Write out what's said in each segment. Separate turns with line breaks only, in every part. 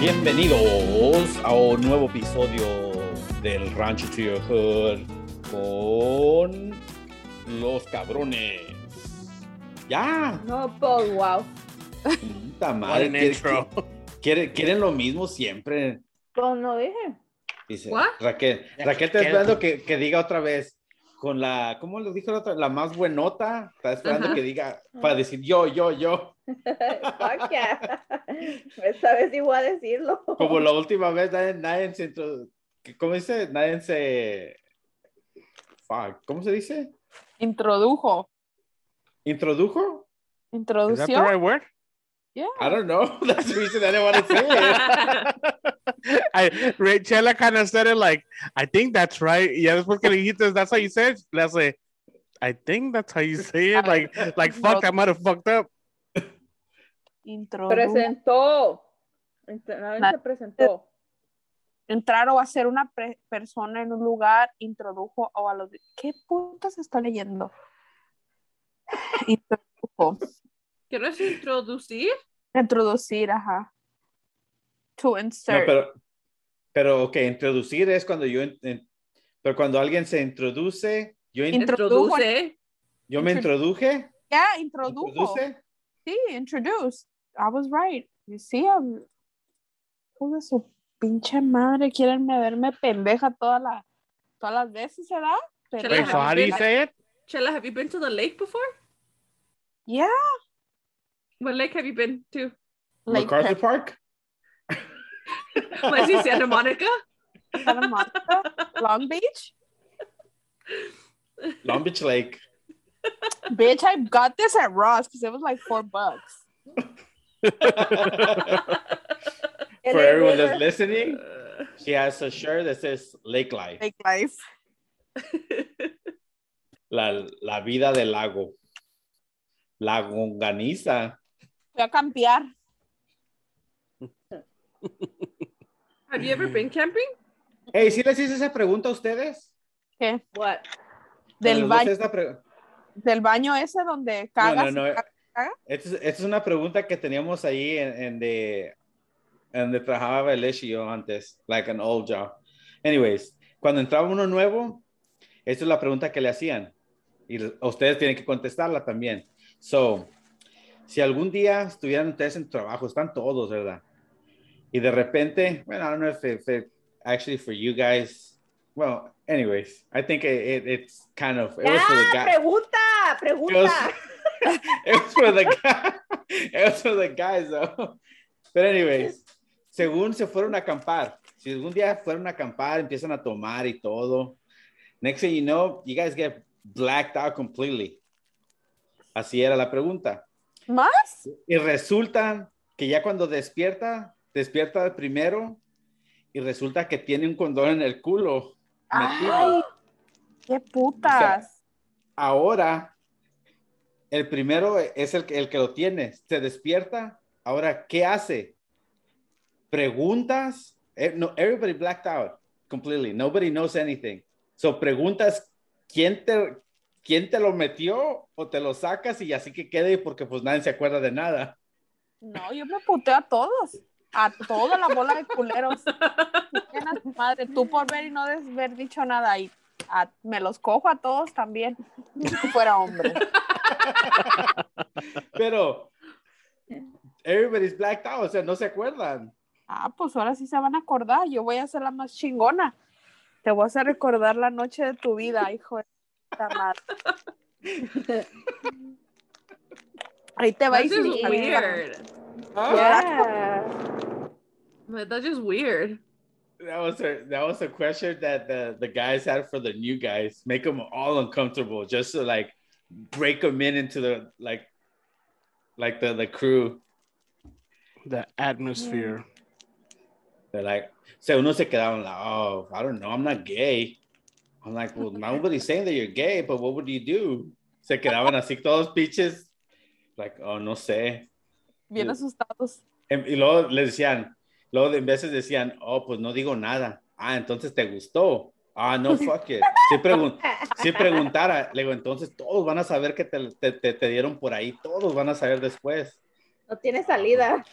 Bienvenidos a un nuevo episodio del Rancho to Your Hood con los cabrones. Ya,
No, pues wow.
puta
What
madre.
an
¿quiere-
intro.
quiere- quieren lo mismo siempre.
Pues no dije.
Dice
What?
Raquel.
Ya,
Raquel está
quédate.
esperando que, que diga otra vez con la, ¿cómo lo dijo la otra? La más buenota. Está esperando
Ajá.
que diga para decir yo, yo, yo.
Fuck yeah. Esta vez iba a decirlo.
Como la última vez, nadie, nadie se. intro- ¿Cómo dice? Nadie se. Fuck, ¿Cómo se dice?
Introdujo.
¿Introdujo?
Is that the right
Introducción.
word?
I don't know. That's the reason I didn't want to say it.
I, Rachela kind of said it like, I think that's right. Yeah, that's what dijiste, that's how you said it. Let's say, I think that's how you say it. Like, like fuck, I might have fucked up.
Introdujo.
Presentó. Ent- Nadie se presentó.
Entrar o hacer una pre- persona en un lugar, introdujo o a los... ¿Qué putas está leyendo? Introdujo.
¿Quieres introducir?
Introducir, ajá. To insert.
No, pero, pero, ok, introducir es cuando yo, en- en- pero cuando alguien se introduce, yo, in-
Intro- Introdujo.
Introduce.
yo me
intro-
introduje,
Yeah, introdujo.
introduce,
Sí, introduced. I was right. You see, I'm... Hijo de su pinche madre, quieren verme pendeja toda la, todas las veces, ¿verdad? Pero...
Wait,
Wait, so how do you say it?
Chela, have you been to the lake before?
Yeah.
What lake have you been to?
Like, Pues
MacArthur Park.
Was it Santa Monica?
Santa Monica, Long Beach.
Long Beach Lake.
Bitch, I got this at Ross because it was like four bucks.
Él
For
es
everyone
de-
that's listening,
Uh,
she has a shirt that says Lake Life,
Like life.
la, la vida del lago, la gonganiza.
Voy a campear.
have you ever been camping?
Hey, ¿sí les hice esa pregunta a ustedes?
What?
Del,
¿Les
ba-
gusta esta pre-
del baño ese donde
No,
cagas.
no, eh, no.
y cagas.
Esta es, esta es una pregunta que teníamos ahí en, en de en donde trabajaba Belesh y yo antes, like an old job. Anyways, cuando entraba uno nuevo, esta es la pregunta que le hacían y l- ustedes tienen que contestarla también. So, si algún día estuvieran ustedes en trabajo, están todos, ¿verdad? Y de repente, bueno, I don't know if, if it actually for you guys, well, anyways, I think it, it- it's kind of, it was for
Ah,
the
Ya,
guy-
Ah,
it
pregunta,
was,
pregunta.
it was for the guy, it was for the guys though. But anyways, según se fueron a acampar, si algún día fueron a acampar, empiezan a tomar y todo. Next thing you know, you guys get blacked out completely. Así era la pregunta.
¿Más?
Y resulta que ya cuando despierta, despierta primero y resulta que tiene un condón en el culo. metido.
Ay, qué putas.
ahora el primero es el, que- el que lo tiene, se despierta, ahora ¿qué hace? Preguntas, Eh, no, everybody blacked out completely, nobody knows anything. So preguntas quién te quién te lo metió o te lo sacas y así que quede porque pues nadie se acuerda de nada.
No, yo me puteo a todos. A toda la bola de culeros. Chinguen a tu madre, tú por ver y no des- haber dicho nada. Y a- me los cojo a todos también. Si fuera hombre.
Pero everybody's blacked out, o sea, no se acuerdan.
Ah, pues ahora sí se van a acordar. Yo voy a ser la más chingona. Te voy a hacer recordar la noche de tu vida, hijo de puta madre. Ahí te va
That's
y
just
sí,
weird.
Yeah.
Like, That's just weird.
That was a that was a question that the the guys had for the new guys. Make them all uncomfortable, just to like break them in into the like like the the crew.
The atmosphere.
They're like, so uno se quedaron like, oh, I don't know, I'm not gay. I'm like, well, nobody's saying that you're gay, but what would you do? Se quedaban así todos pitches, like, oh, no sé.
Bien asustados.
Em, Y luego le decían, luego de en veces decían, oh, pues no digo nada. Ah, entonces te gustó. Ah, no, fuck it. Sí, pregun- sí preguntara, le digo, entonces todos van a saber que te, te- te- te dieron por ahí, todos van a saber después.
No tiene salida.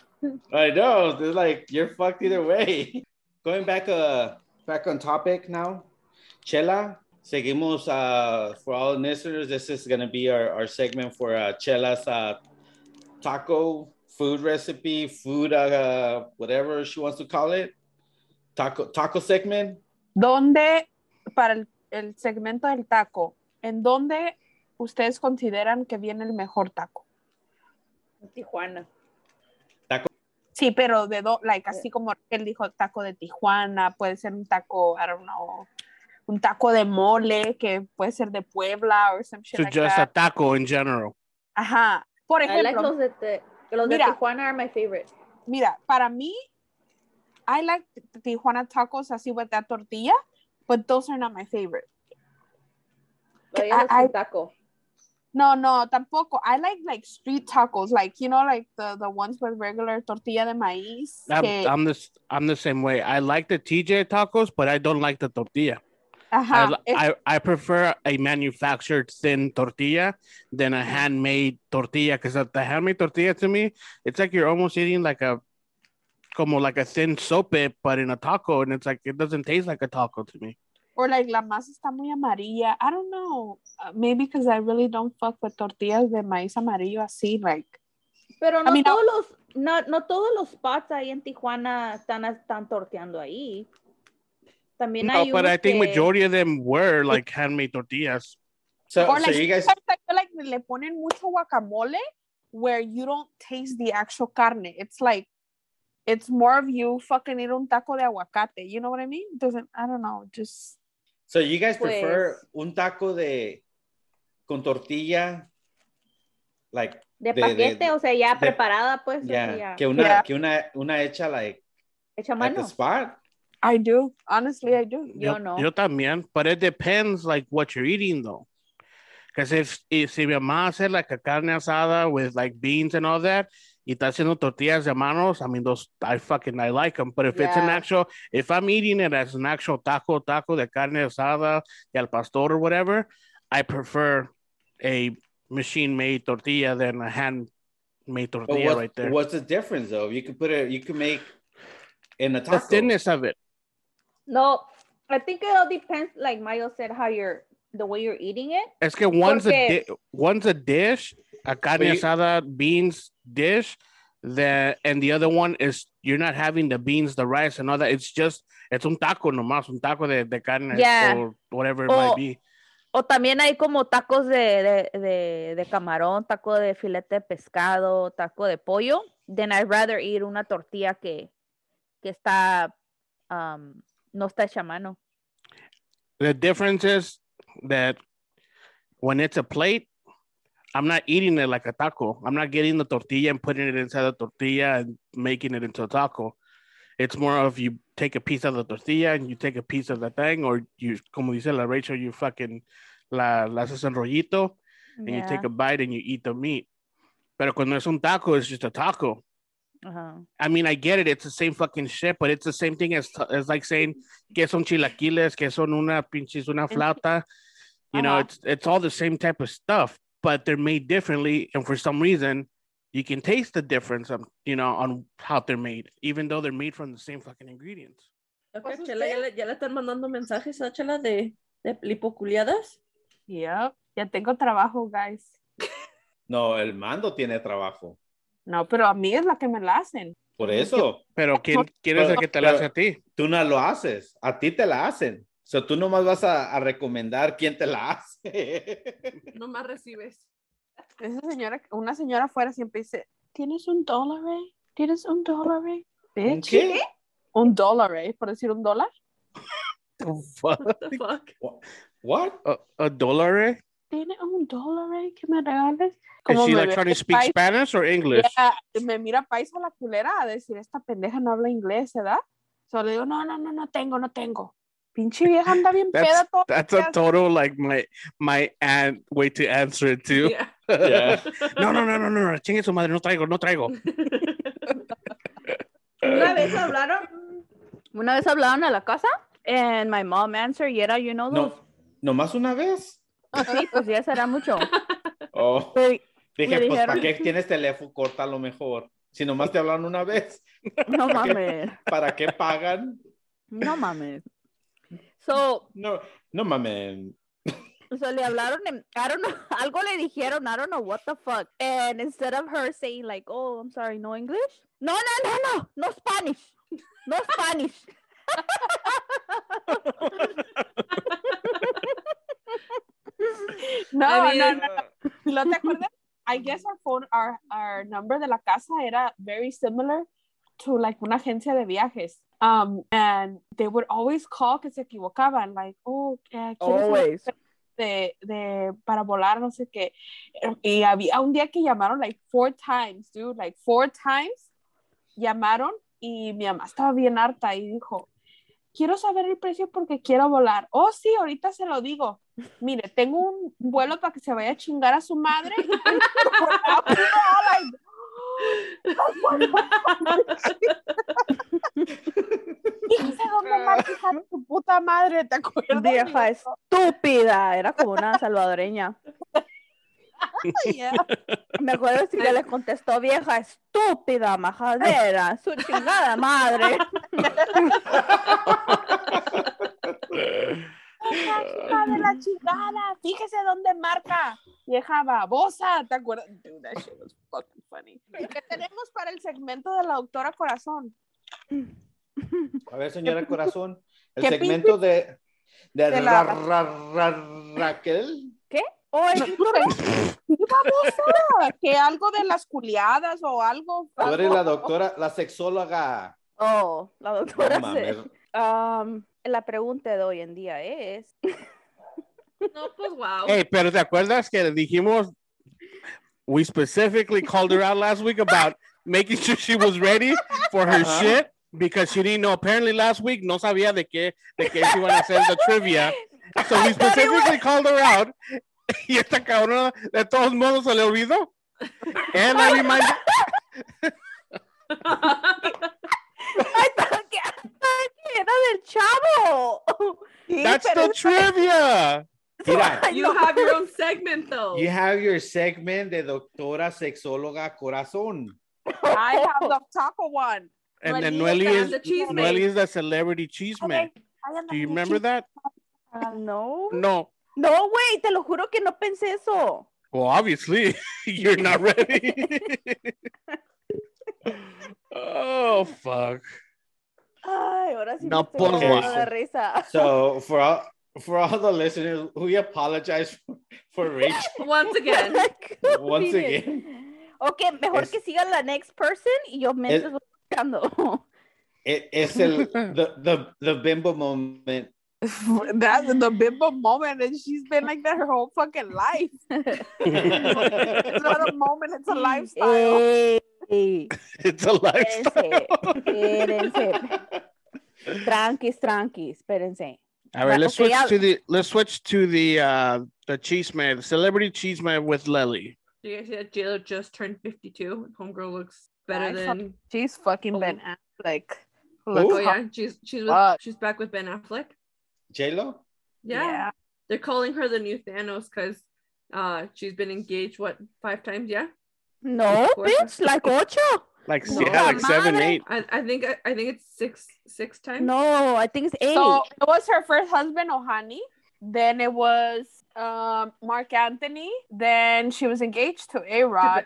I know. It's like you're fucked either way. Going back uh back on topic now. Chela, seguimos uh for all listeners. This is gonna be our, our segment for uh Chela's uh taco food recipe, food uh whatever she wants to call it. Taco taco segment.
¿Dónde, para el, el segmento del taco, en dónde ustedes consideran que viene el mejor taco?
Tijuana.
Sí, pero de do, like, así como él dijo, taco de Tijuana, puede ser un taco, I don't know, un taco de mole, que puede ser de Puebla o some shit
So
like
just a
that.
taco in general.
Ajá. Por
I like
ejemplo,
los de, Te- los de
Mira.
Tijuana are my favorite.
mira, para mí, I like t- Tijuana tacos así with that tortilla, but those are not my favorite.
Lo
I-
llamas un
I-
taco.
No, no, tampoco. I like like street tacos, like you know, like the the ones with regular tortilla de maíz.
I'm,
que-
I'm the s- I'm the same way. I like the TJ tacos, but I don't like the tortilla. I
ajá,
li-
es-
I, I prefer a manufactured thin tortilla than a handmade tortilla because the handmade tortilla to me, it's like you're almost eating like a como like a thin sope, but in a taco, and it's like it doesn't taste like a taco to me.
or like la masa está muy amarilla. I don't know. Uh, maybe because I really don't fuck with tortillas de maíz amarillo así, like.
Pero no
mean,
todos los no, no todos los spots ahí en Tijuana están, están torteando ahí. También
No,
hay
but
unos
I think
que-
majority of them were like handmade tortillas.
So,
or
so
like,
you guys
sometimes I feel like le ponen mucho guacamole where you don't taste the actual carne. It's like it's more of you fucking eat un taco de aguacate. You know what I mean? Doesn't I don't know. Just
so you guys prefer
Pues-
un taco de con tortilla like
de
de-
paquete,
de-
o sea, ya
de-
preparada, pues, o
yeah,
sea, ya
que una
Yeah.
que una una hecha like
hecha a
at
mano.
the spot.
I do honestly. I do.
Yo no.
Yo también, but it depends like what you're eating though. Because if, if si mi mamá hace like a carne asada with like beans and all that, y está haciendo tortillas de manos, I mean those I fucking I like them. But if it's an
Yeah.
actual, if I'm eating it as an actual taco, taco de carne asada, y al pastor or whatever, I prefer a machine-made tortilla than a handmade
But
tortilla
what,
right there.
what's the difference though? You could put it, you could make in a
the
taco.
thinness of it.
No, I think it all depends, like Mayo said, how you're the way you're eating it.
Es que one's a
Porque-
di- one's a dish, a carne
But you-
asada beans dish, the and the other one is you're not having the beans, the rice, and all that. It's just it's un taco nomás, un taco de, de carne
Yeah.
or whatever it
Oh.
might be.
O también hay como tacos de, de, de, de camarón, taco de filete de pescado, taco de pollo. Then I'd rather eat una tortilla que, que está, um, no está hecha a mano.
The difference is that when it's a plate, I'm not eating it like a taco. I'm not getting the tortilla and putting it inside the tortilla and making it into a taco. It's more of you take a piece of the tortilla and you take a piece of the thing, or you, como dice la Rachel, you fucking la, la haces en rollito and you take a bite and you eat the meat. Pero cuando es un taco, it's just a taco.
Ajá.
I mean, I get it. It's the same fucking shit, but it's the same thing as, as like saying que son chilaquiles, que son una pinches, una flauta. You know,
Uh-huh.
it's it's all the same type of stuff, but they're made differently, and for some reason, you can taste the difference. On, you know, on how they're made, even though they're made from the same fucking ingredients.
Acá
Pues
Chela, ya, le, ya le están mandando mensajes a Chela de, de lipoculiadas.
Yep. Ya tengo trabajo, guys.
No, el mando tiene trabajo.
No, pero a mí es la que me la hacen.
Por eso,
Pero quién quién es el que te la hace a ti?
tú no lo haces, a ti te la hacen. O sea, tú nomás vas a, a recomendar quién te la hace.
No más recibes.
Esa señora, una señora afuera siempre dice, ¿tienes un dólar, eh? ¿Tienes un dólar, eh?
¿Un
Bitch.
¿Qué?
Un dólar, eh? Por decir un dólar.
What the fuck?
What?
A, a dollar? eh?
¿Tiene un dólar, eh? ¿Que me regales?
Is
Como
she
me
like
ve
trying to
el
speak
paisa.
Spanish or English?
Ya, me mira paisa la culera a decir, esta pendeja no habla inglés, ¿verdad? Solo le digo, no, no, no, no tengo, no tengo. Pinche vieja anda bien
That's-
peda todo.
That's a total like my my aunt way to answer it too.
Yeah.
Yeah.
No, no, no, no, no, no. Chingue su madre, no traigo, no traigo.
Una vez hablaron, una vez hablaron a la casa, and my mom answered, y era, you know, those-
No, nomás una vez.
sí, pues ya será mucho.
Oh,
Pero
Dije,
Le
pues, ¿para qué
dijeron-
tienes teléfono? Corta lo mejor. Si nomás te hablan una vez,
No mames.
¿para qué pagan?
No mames. So,
No, no mames.
so le hablaron, en- I don't know, algo le dijeron, I don't know what the fuck. And instead of her saying like, oh, I'm sorry, no English. No, no, no, no, no Spanish. No Spanish.
No,
I mean,
no, no, no. ¿No te acuerdas? I guess our phone, our, our number de la casa era very similar to like una agencia de viajes. Um, and they would always call que se equivocaban, like, oh, eh, ¿quieres saber de, de para volar, no sé qué. Y había un día que llamaron like four times, dude, like four times llamaron y mi mamá estaba bien harta y dijo, quiero saber el precio porque quiero volar. Oh, sí, ahorita se lo digo. Mire, tengo un vuelo para que se vaya a chingar a su madre. Fíjese dónde más hija de tu puta madre, ¿te acuerdas?
Vieja estúpida, era como una salvadoreña.
Yeah.
Me acuerdo si le contestó vieja estúpida, majadera, su chingada madre.
Marca, hija de la chingada, fíjese dónde marca, vieja babosa, ¿te acuerdas? Dude, that shit was fucking funny. ¿Y qué tenemos para el segmento de la doctora Corazón?
A ver, señora Corazón, el
qué
segmento de, de,
de la-
Ra- Ra- Ra- Raquel.
Oye,
Babosa, que algo de las culiadas o algo.
Tú eres la doctora, la sexóloga.
oh, la doctora
No
se-
mames.
Am, la pregunta de hoy en día es,
No, pues wow.
Eh,
Hey, pero ¿te acuerdas que dijimos? We specifically called her out last week about making sure she was ready for her
Ajá.
shit because she didn't know. Apparently, last week no sabía de qué de qué she wanna hacer the trivia. So we specifically called her out. Y esta cabrona de todos modos se le olvidó. And I reminded,
¡Ay, ¿para qué? ¿Para qué? era del chavo.
that's the trivia.
Mira,
Ay,
you
no.
have your own segment though.
you have your segment de doctora sexóloga Corazón.
I have the taco one.
And then
Noelita
Noeli
and
is
the cheese man.
Noeli is the celebrity cheese man. Do you remember that?
ah,
No.
No.
No, güey, te lo juro que no pensé eso.
Well, obviously, you're not ready. oh, fuck.
Ay, ahora sí me
No,
estoy
pues,
muriendo
guau.
de risa.
So, for all, for all the listeners, we apologize for, for Rachel
Once again.
once
Miren.
again.
Ok, mejor
Es-
que siga la next person y yo me
Es-
estoy buscando.
E- es el the, the, the bimbo moment.
That's the bimbo moment, and she's been like that her whole fucking life.
Oh,
It's not a moment, it's a lifestyle.
Ey, ey,
It's a lifestyle.
espérense, espérense. Tranquis, tranquis, espérense.
All right, let's switch
Okay,
to the let's switch to the uh the cheese man, the celebrity cheese man with Lely.
Do you guys see that J-Lo just turned 52? Homegirl looks better
Nice.
than
She's fucking
Ben
Affleck.
Ooh.
Oh yeah, she's she's with,
Fuck.
she's back with Ben Affleck.
J-Lo?
Yeah. They're calling her the new Thanos because uh she's been engaged what five times, yeah?
No,
Fuerte.
bitch, like ocho.
Like
No.
yeah, like
Puta
seven,
madre.
eight.
I, I think I, I think it's six six times.
No, I think it's eight.
So it was her first husband, Ohani. Then it was um, Mark Anthony. Then she was engaged to A
To
Rod.
Ben-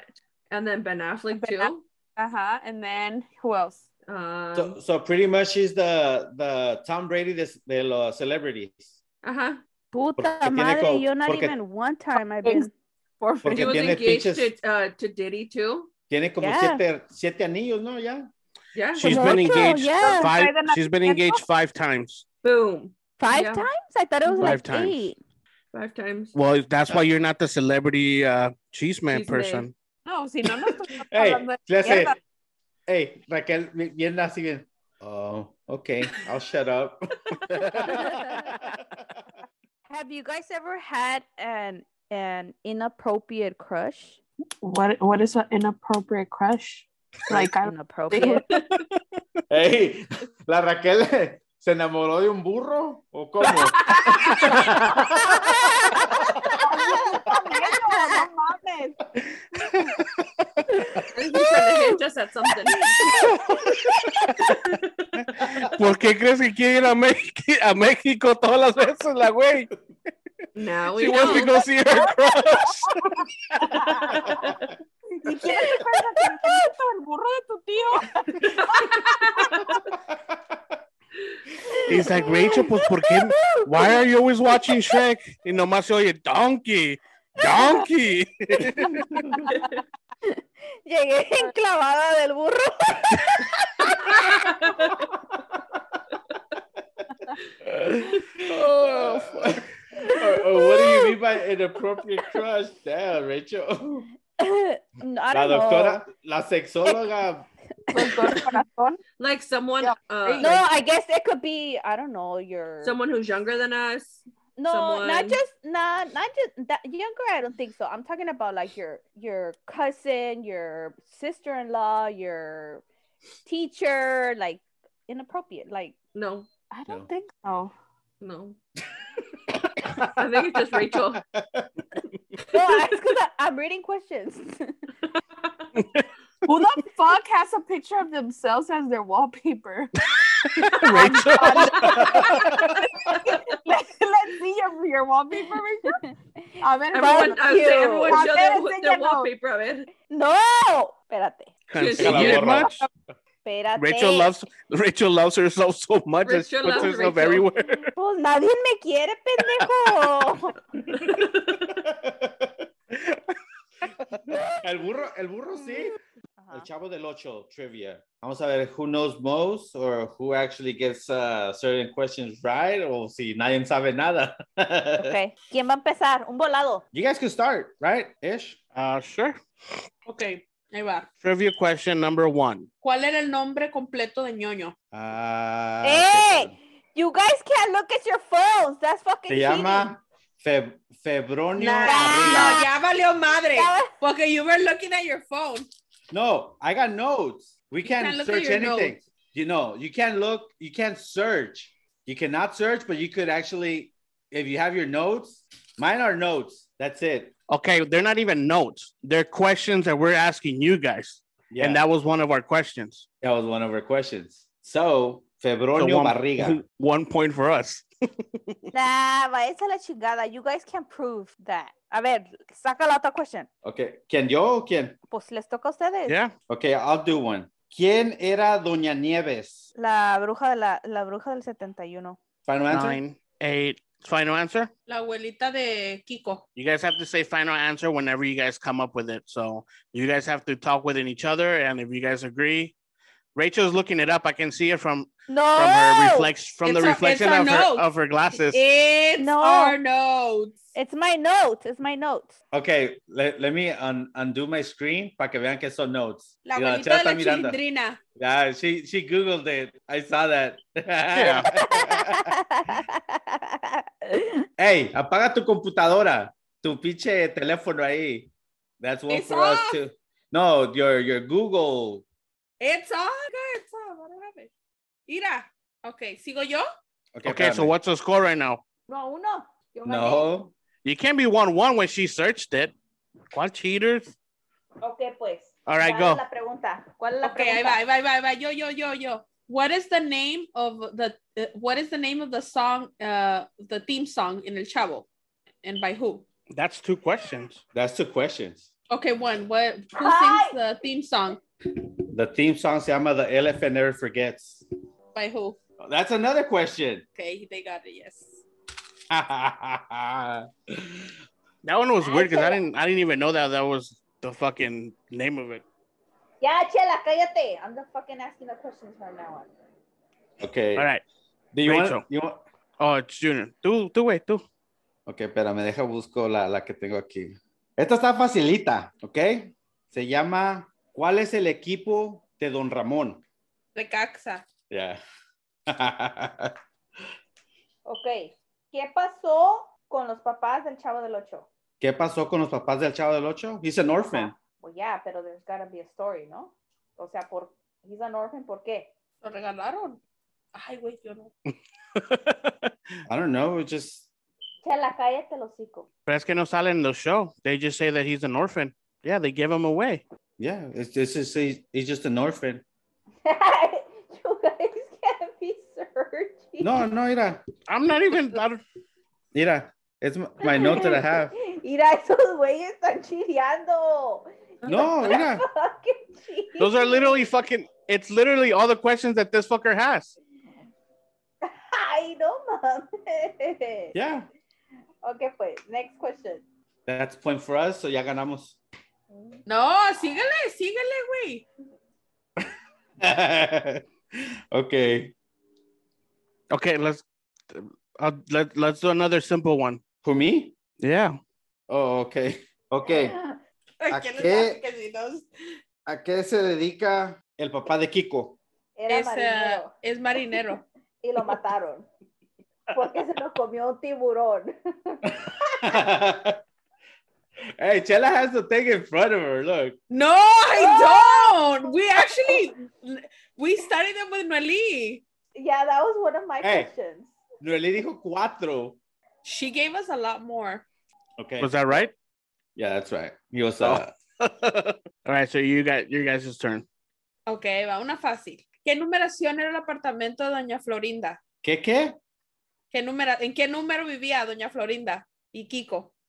And then Ben Affleck
Ben
too.
Uh huh. And then who else?
Um,
So, so pretty much she's the, the Tom Brady de, de los celebrities.
uh-huh.
Puta
porque tiene
madre,
co-
yo not
porque-
even one time I've been.
Por
Porque
She was
tiene
engaged
pinches-
to, uh, to Diddy too.
Tiene como
Yeah.
siete, siete anillos, ¿no? Ya.
Yeah.
She's
Como
been
ocho,
engaged
yeah.
five.
By the
She's been
nacimiento.
engaged five times.
Boom.
Five
Yeah.
times? I thought it was
Five
like
times.
eight.
Five times.
Well, that's why you're not the celebrity uh cheese man
Cheese man.
person.
No, si no, no estoy
Hey,
hablando de
le hace,
mierda.
hey, Raquel, bien- bien así bien. Oh, okay, I'll shut up.
Have you guys ever had an an inappropriate crush?
What, what is an inappropriate crush? Like, I,
inappropriate.
Hey, la Raquel se enamoró de un burro o cómo?
no mames.
I think he's trying to hint us at something.
¿Por qué crees que quiere ir a, Mex- a México todas las veces, la güey?
Now we
She wants to
Oh, know.
go see her crush.
Ni siquiera te pasa que te meto el burro de tu tío.
He's like, Rachel, pues, ¿por qué? Why are you always watching Shrek? Y nomás se oye, donkey, donkey.
Llegué enclavada del burro.
oh, fuck. Or- or what do you mean by inappropriate crush? Damn, Rachel.
No, I
La
don't know.
doctora, la sexóloga.
Doctor Corazón.
Like someone,
Yeah.
uh,
No, I guess it could be I don't know your
someone who's younger than us.
no,
someone-
not just not not just that younger. I don't think so. I'm talking about like your your cousin, your sister-in-law, your teacher, like inappropriate. Like
No,
I
No.
don't think so.
no. I think it's just Rachel.
no, that's 'cause I- I'm reading questions.
Who the fuck has a picture of themselves as their wallpaper?
Rachel.
Let, let's see your, your wallpaper. Rachel. A ver,
Everyone, I would
Cute.
say everyone
A
show
ver,
their, their
enséñanos.
wallpaper. A ver.
no, espérate,
Can't
She-
see it much.
espérate.
Rachel loves Rachel loves herself so much that she
Rachel
puts
loves
herself
Rachel.
everywhere.
Pues nadie me quiere, pendejo.
El burro, el burro sí. El
Ajá.
Chavo del Ocho trivia. Vamos a ver who knows most or who actually gets uh, certain questions right or si nadie sabe nada.
Okay. ¿Quién va a empezar? Un volado.
You guys can start, right? Ish.
Uh, sure.
Ok, ahí va.
Trivia question number one.
¿Cuál era el nombre completo de ñoño?
Ah,
¡Eh!
hey, you guys can't look at your phones. That's fucking.
Se llama Fe- Febronio
Nah.
Arriba.
ya valió madre.
cheating.
Porque you were looking at your phone.
No, I got notes. We can't,
can't look at
search
your
anything. You know, you can't look, you can't search. You cannot search, but you could actually, if you have your notes, mine are notes. That's it.
Okay, they're not even notes. They're questions that we're asking you guys,
Yeah,
and
that,
that was one of our questions.
was one of our questions. So, Febronio
So
Barriga.
one point for us.
Nah, váyase a la chingada. You guys can prove that. A ver, saca la otra question.
Okay, can yo o quién?
Pues les toca a ustedes.
Yeah.
Okay, I'll do one. ¿Quién era Doña Nieves?
La bruja de la, la bruja del 71.
Final answer?
Nine, eight. Final answer.
La abuelita de Kiko.
You guys have to say final answer whenever you guys come up with it. So you guys have to talk within each other, and if you guys agree, Rachel's looking it up. I can see it from
No.
from her reflex from
Oh! It's
the
a-
reflection
it's a
of her
note.
of her glasses.
It's
No.
our notes.
It's my note. It's my note.
Okay, let, let me un- undo my screen para que vean que son notes.
La
Y la
abuelita
chava
de la
está mirando.
chilindrina.
Yeah, Ah, she she googled it. I saw that.
Yeah.
hey, apaga tu computadora, tu pinche teléfono ahí. That's one
It's
for us
off.
too. No, your your Google.
It's on. Good, It's on. What happened? Mira. Ok, ¿sigo yo?
Okay, so
espérame.
what's the score right now?
no, uno. Yo gané.
No,
You can't be one one when she searched it. What cheaters?
Ok, pues.
All right,
¿Cuál es
go.
la pregunta? ¿Cuál es la
Ok, ahí
pregunta?
va, ahí va, ahí va, ahí va. Yo, yo, yo, yo. What is the name of the, uh, what is the name of the song, uh, the theme song in El Chavo? And by who?
That's two questions.
that's two questions.
Okay, one. What, who
Ay.
sings the theme song?
The theme song se llama "The Elephant Never Forgets."
By who?
That's another question.
Okay, they got it, yes.
That one was
I
weird because I
thought-
didn't I didn't even know that that was the fucking name of it.
Ya, Chela, cállate. I'm the fucking asking the questions from now on.
okay.
All right.
Do you
Rachel.
want, you want?
Oh, it's Junior. Tú, tú, güey, tú.
Ok, espera, me deja busco la, la que tengo aquí. Esta está facilita, ¿ok? Se llama ¿Cuál es el equipo de Don Ramón?
Recaxa.
Ya.
Ok. ¿Qué pasó con los papás del Chavo del Ocho?
¿Qué pasó con los papás del Chavo del Ocho? He's an orphan.
Well, yeah, pues pero there's gotta be a story, ¿no? O sea, por, he's an orphan, ¿por qué?
¿Lo regalaron? Ay, güey, yo no.
I don't know, it's just
Chela, cállate el hocico.
Pero es que no sale en the show. They just say that he's an orphan. Yeah, they give him away.
Yeah, it's, it's just he's, he's just an orphan.
you guys can't be searching.
No, no, mira,
I'm not even. I don't-
mira, it's m- my note that I have.
Mira, esos güeyes están chileando.
No, mira,
Fucking chile.
those are literally fucking. It's literally all the questions that this fucker has.
Ay, no mames.
yeah,
Okay, pues, next question.
that's point for us. So ya ganamos.
No, síguele, síguele, güey.
okay,
Okay, let's. I'll, let, let's do another simple one.
for me.
Yeah.
Oh, okay, okay.
Ay,
¿A
¿quién
qué?
es la que si nos-
¿A qué se dedica el papá de Kiko?
Era
Es,
marinero
ah, es marinero.
y lo mataron. Porque se lo comió un tiburón.
hey, Chela has the thing in front of her. Look.
No, Oh, I don't. We actually we studied them with Noeli.
Yeah, that was one of my
Eh.
Hey.
questions.
No, le dijo cuatro.
She gave us a lot more.
Okay.
Was that right?
yeah, that's right. He was
Pues Oh.
uh,
All right. So you got your guys' turn.
Ok, va una fácil. ¿Qué numeración era el apartamento de Doña Florinda?
¿Qué qué?
¿Qué número, ¿En qué número vivía Doña Florinda y Kiko?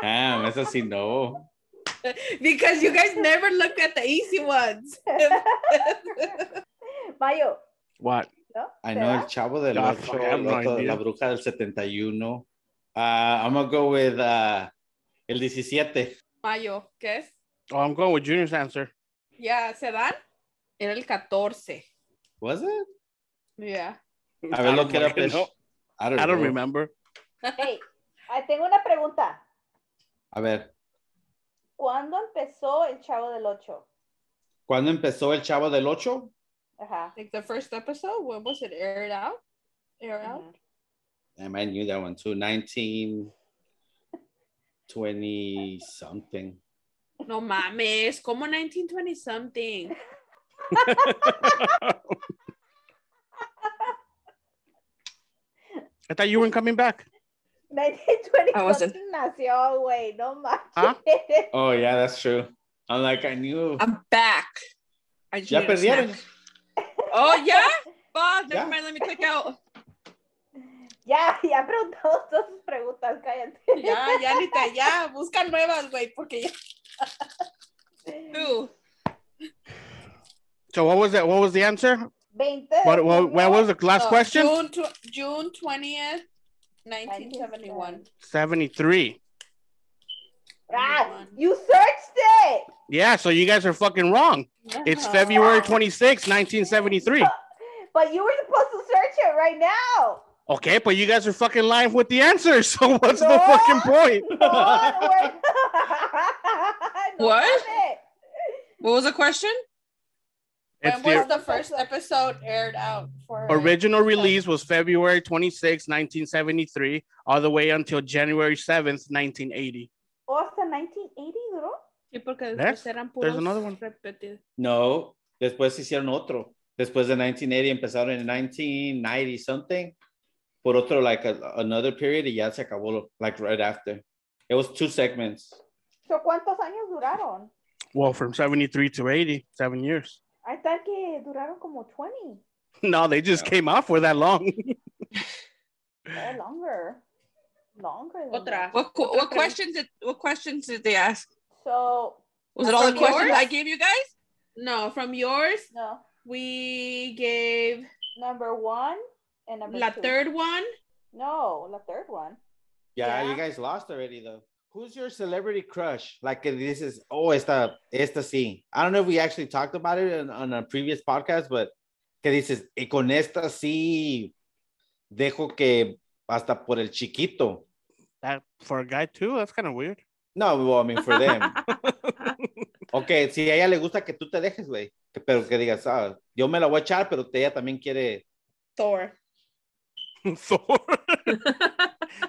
Damn, esa sí no.
Because you guys never look at the easy ones.
Mayo,
What?
¿no?
I
¿Te
know
da?
el chavo del
No,
ocho,
fuck, I have
el
no
otro,
idea.
la bruja del 71. Uh, I'm gonna go with uh, el 17.
Mayo, ¿qué es?
Oh, I'm going with Junior's answer.
Ya, ¿se dan? Era el 14.
Was it?
Yeah.
A ver
I
lo
don't
que era.
fucking
pues.
know.
I don't,
I don't
know.
remember.
Hey, ah, tengo una pregunta.
A ver,
¿Cuándo empezó el Chavo del Ocho?
¿cuándo empezó el chavo del 8?
Ajá.
Like the first episode, when was it aired out? Aired out?
Ujú.
Damn, I knew that one too. 19, 20 something.
No mames, como 1920 something.
I thought you weren't coming back.
1920
I wasn't.
nació, güey, no manches.
Huh?
Oh, yeah, that's true. I'm like, I knew.
I'm back. I just
ya
need a
perdieron.
snack. Oh, yeah? Fuck, never
Yeah.
mind, let me click out.
Ya, ya preguntamos todas sus preguntas, cállate.
Ya, ya, Anita, ya, busca nuevas, güey, porque ya. Tú.
So what was that? What was the answer?
20 de
What, what,
junio.
what was the last
Uh,
No,
question?
Oh, June, tw- June 20th, 1971.
73.
Ah, you searched it.
Yeah, so you guys are fucking wrong. It's
No.
February 26, 1973.
But you were supposed to search it right now.
Okay, but you guys are fucking lying with the answers. So what's the
No.
fucking point?
No, we're- No
What?
mames.
What was the question?
It's
when was
the
the first episode aired out for
original release was February 26, 1973, all the way until January 7th, 1980.
O hasta 1980 duró.
Sí, porque
Next,
después eran
there's
puros
another one.
repetidos.
No, después hicieron otro. Después de 1980 empezaron en 1990 something. Por otro, like a- another period y ya se acabó, like right after. It was two segments.
So, ¿Cuántos años duraron?
Well, from 73 to 80, seven years.
I thought que duraron como 20
No, they just
Yeah.
came out for that long.
or Oh, longer. Longer. than
Otra.
that.
What, qu- what
pregunta.
questions did what questions did they ask?
So,
Was it all the
From
questions
yours?
I gave you guys?
No, from yours,
no.
we gave
Number one and number
la
two.
third one.
No, la third one.
Yeah,
Yeah.
you guys lost already though. Who's your celebrity crush? Like uh, this is oh esta esta sí. I don't know if we actually talked about it on, on a previous podcast, but que dices y con esta sí dejo que hasta por el chiquito.
that for a guy too, that's kind of weird.
No, well, I mean for them. ok, si a ella le gusta que tú te dejes, güey, que- pero que digas, ah, yo me la voy a echar, pero ella también quiere.
Thor.
Thor.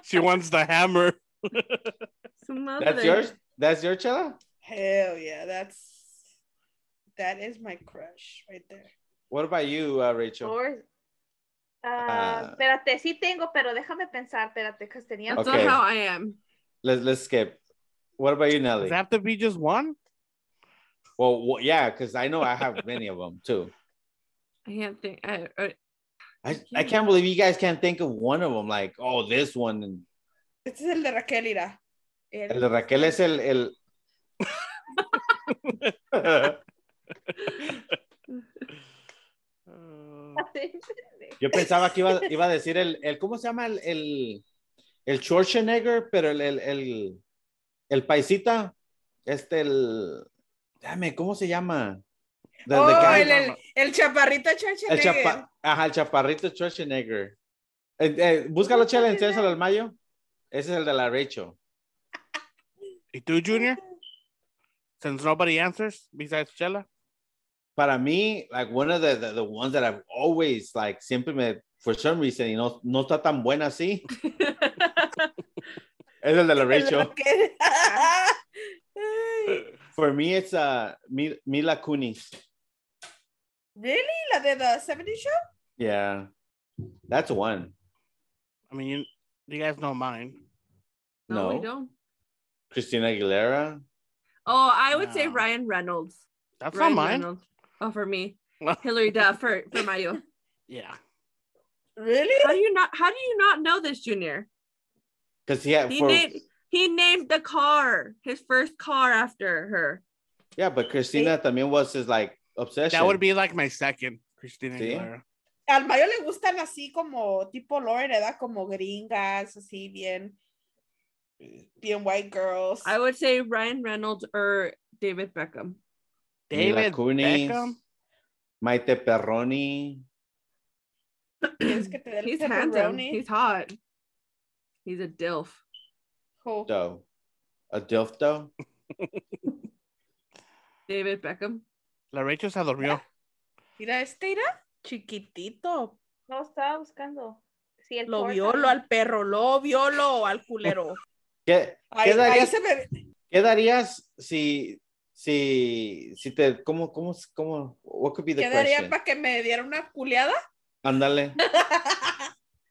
she wants the hammer.
Su madre.
That's yours. That's your chela.
Hell yeah, that's that is my crush right there.
What about you, uh, Rachel?
Thor.
Ah,
Ah.
espérate, sí tengo, pero déjame pensar, espérate, que tenía.
That's
Okay.
not how I am.
Let's let's skip. What about you, Nelly?
Does it have to be just one?
well, wh- yeah, because I know I have many of them too.
I can't think. I, I,
I, I can't believe you guys can't think of one of them. Like, oh, this one. And
Este es el de Raquel, Ira.
el de Raquel es el. el...
Uh,
Yo pensaba que iba, iba a decir el, el. ¿Cómo se llama el. El, el Schwarzenegger, pero el. El, el, el paisita. Este, el. Dame, ¿cómo se llama? The- the
Oh,
guy-
el, el, el chaparrito
El
Schwarzenegger.
chapa- Ajá, el chaparrito Schwarzenegger. Eh, eh, búscalo, Chela, enséñaselo al Mayo. Ese es el de la Rachel.
¿Y tú, Junior? Since nobody answers besides Chela.
Para mí, like one of the, the, the ones that I've always, like, siempre me, for some reason, y no, no está tan buena así, es el de la Rachel.
Raquel. Ay,
For me, it's uh, Mi- Mila Kunis.
really? La de The 70 Show?
Yeah, that's one.
I mean, you, you guys know mine.
no, we
No.
don't.
Christina Aguilera.
Oh, I would say
No.
Ryan Reynolds.
That's
Ryan
not mine.
Reynolds. Oh, for me, Hillary Duff for for Mayo.
yeah.
Really?
How do you not? How do you not know this, Junior?
Because yeah,
He
for,
named he named the car his first car after her.
yeah, but Christina también was his, like, obsession.
That would be like my second, Christina
See?
Aguilera.
Al Mario le gustan así como tipo Lauren, ¿verdad? Como gringas, así bien. Bien white girls.
I would say Ryan Reynolds or David Beckham.
Mila
David
Kunis,
Beckham.
Maite Perroni.
Tienes que tener
He's handsome.
pepperoni.
He's hot. He's a dilf.
Cool.
though. A dilf though.
David Beckham.
La Rachel se durmió.
Mira este, mira. Chiquitito.
No, estaba buscando. Sí, el
Lo
Thor
violo
también.
al perro, lo violo al culero.
¿Qué,
Ahí,
¿Qué darías?
ahí se me...
qué darías si, si, si te, cómo, cómo, cómo, what could be the
¿Quedaría
question?
para que me diera una culeada?
Ándale.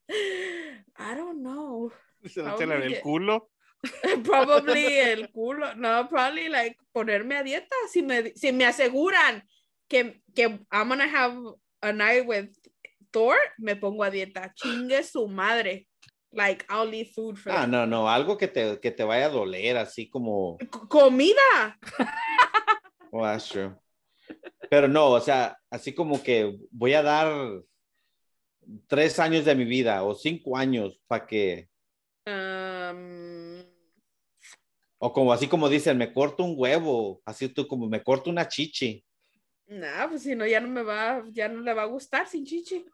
I don't know.
Se
Ah,
le echa el
oye.
culo.
Probably el culo. No, probably like ponerme a dieta. Si me, si me aseguran que, que I'm gonna have a night with Thor, me pongo a dieta. Chingue su madre. Like, I'll leave food for
Ah,
that.
no, no, algo que te, que te vaya a doler, así como,
C- Comida.
oh, that's true. Pero no, o sea, así como que voy a dar tres años de mi vida o cinco años para que,
Um,
o como así como dicen, me corto un huevo, así tú como me corto una chichi.
nah, pues si no, ya no me va, ya no le va a gustar sin chichi.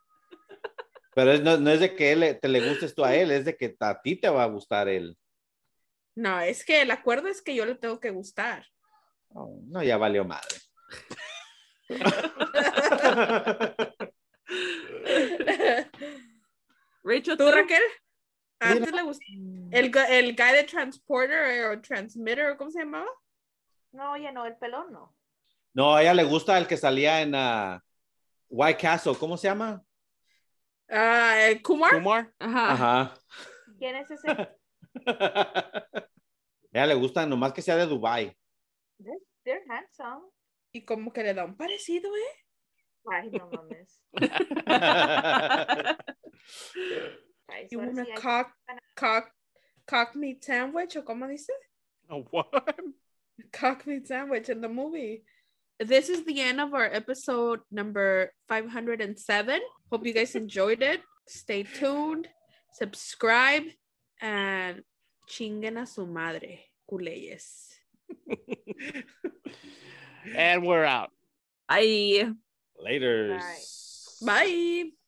Pero es- no, no es de que él, te le gustes tú a él, es de que a ti te va a gustar él.
No, es que el acuerdo es que yo le tengo que gustar.
Oh, no, ya valió madre.
Rachel.
¿Tú,
too?
Raquel? Antes le gust- El, gu- el guy de transporter eh, o transmitter, ¿cómo se llamaba?
No, ya no, el pelón no.
no, a ella le gusta el que salía en ah, White Castle, ¿cómo se llama?
Ah, el Kumar.
Kumar.
Ajá.
Ajá.
Mm.
¿Quién es ese?
a ella le gusta nomás que sea de Dubai.
They're handsome.
Y como que le da un parecido, ¿eh?
Ay, no mames. Ay,
Y
ahora
una
sí hay-
cock, cock, cock meat sandwich, ¿o cómo dice?
Oh, what?
Cock meat sandwich in the movie. This is the end of our episode number 507. Hope you guys enjoyed it. Stay tuned, subscribe, and chinguen a su madre, culeyes.
and we're out.
I.
Later.
Right.
Bye.